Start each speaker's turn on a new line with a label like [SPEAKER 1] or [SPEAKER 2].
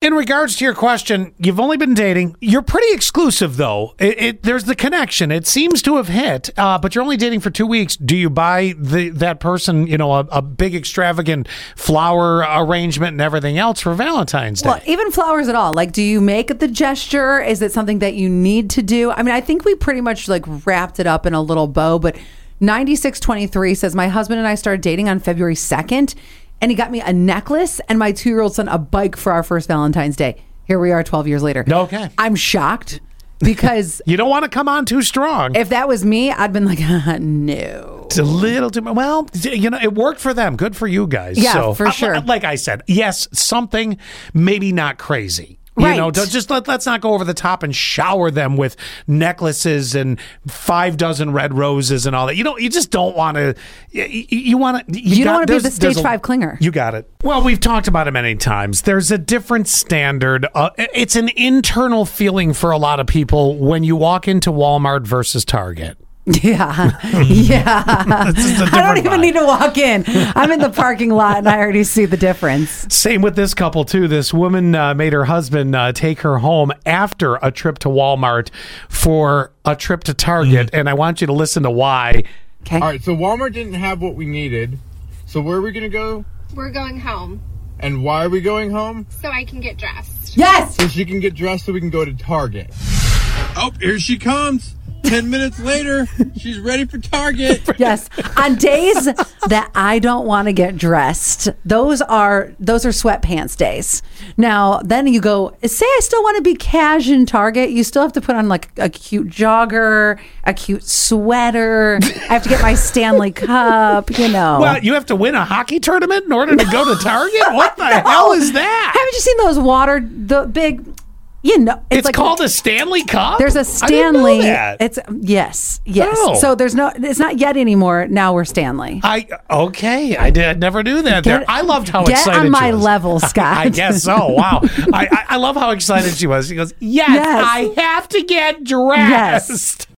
[SPEAKER 1] in regards to your question, you've only been dating. You're pretty exclusive, though. It, it, there's the connection. It seems to have hit, uh, but you're only dating for two weeks. Do you buy the, that person, you know, a, a big extravagant flower arrangement and everything else for Valentine's Day?
[SPEAKER 2] Well, even flowers at all. Like, do you make the gesture? Is it something that you need to do? I mean, I think we pretty much like wrapped it up in a little bow, but 9623 says, My husband and I started dating on February 2nd, and he got me a necklace and my two year old son a bike for our first Valentine's Day. Here we are 12 years later.
[SPEAKER 1] Okay.
[SPEAKER 2] I'm shocked because
[SPEAKER 1] you don't want to come on too strong.
[SPEAKER 2] if that was me, I'd been like, No.
[SPEAKER 1] It's a little too much. Well, you know, it worked for them. Good for you guys.
[SPEAKER 2] Yeah,
[SPEAKER 1] so,
[SPEAKER 2] for
[SPEAKER 1] uh,
[SPEAKER 2] sure.
[SPEAKER 1] Like I said, yes, something, maybe not crazy. You
[SPEAKER 2] Right.
[SPEAKER 1] know, don't- just let, let's not go over the top and shower them with necklaces and five dozen red roses and all that. You don't. You just don't want to. You, want to.
[SPEAKER 2] You don't wanna be
[SPEAKER 1] there's-
[SPEAKER 2] the stage
[SPEAKER 1] there's a-
[SPEAKER 2] five clinger.
[SPEAKER 1] You got it. Well, we've talked about it many times. There's a different standard. Uh, it's an internal feeling for a lot of people when you walk into Walmart versus Target.
[SPEAKER 2] Yeah. Yeah.
[SPEAKER 1] It's just a
[SPEAKER 2] Uh, I don't
[SPEAKER 1] different
[SPEAKER 2] even
[SPEAKER 1] vibe.
[SPEAKER 2] need to walk in. I'm in the parking lot and I already see the difference.
[SPEAKER 1] Same with this couple too. This woman uh, made her husband uh, take her home after a trip to Walmart for a trip to
[SPEAKER 2] Mm-hmm.
[SPEAKER 1] Target, and I want you to listen to why.
[SPEAKER 2] Okay.
[SPEAKER 3] All right, so Walmart didn't have what we needed. So where are we gonna go?
[SPEAKER 4] We're going home
[SPEAKER 3] And why are we going home?
[SPEAKER 4] so I can get dressed.
[SPEAKER 2] Yes.
[SPEAKER 3] So she can get dressed so we can go to Target. Oh, here she comes. Ten minutes later, she's ready for Target.
[SPEAKER 2] Yes. On days that I don't want to get dressed, those are those are sweatpants days. Now, then you go, say I still want to be cash in Target, you still have to put on like a cute jogger, a cute sweater. I have to get my Stanley cup, you know.
[SPEAKER 1] Well, you have to win a hockey tournament in order to go to Target. What the hell is that?
[SPEAKER 2] Haven't you seen those water the big you know
[SPEAKER 1] It's,
[SPEAKER 2] like-
[SPEAKER 1] called a Stanley Cup.
[SPEAKER 2] There's a
[SPEAKER 1] I didn't know
[SPEAKER 2] Stanley.
[SPEAKER 1] that.
[SPEAKER 2] It's yes, yes.
[SPEAKER 1] Oh.
[SPEAKER 2] So there's no. It's not yet anymore. Now we're Stanley.
[SPEAKER 1] I okay. I did. I never knew that. there. I loved how
[SPEAKER 2] get
[SPEAKER 1] excited
[SPEAKER 2] on my
[SPEAKER 1] she was.
[SPEAKER 2] level, Scott.
[SPEAKER 1] I guess so. Wow. I, I, I love how excited she was. She goes, yes,
[SPEAKER 2] Yes.
[SPEAKER 1] I have to get
[SPEAKER 2] Yes.
[SPEAKER 1] dressed.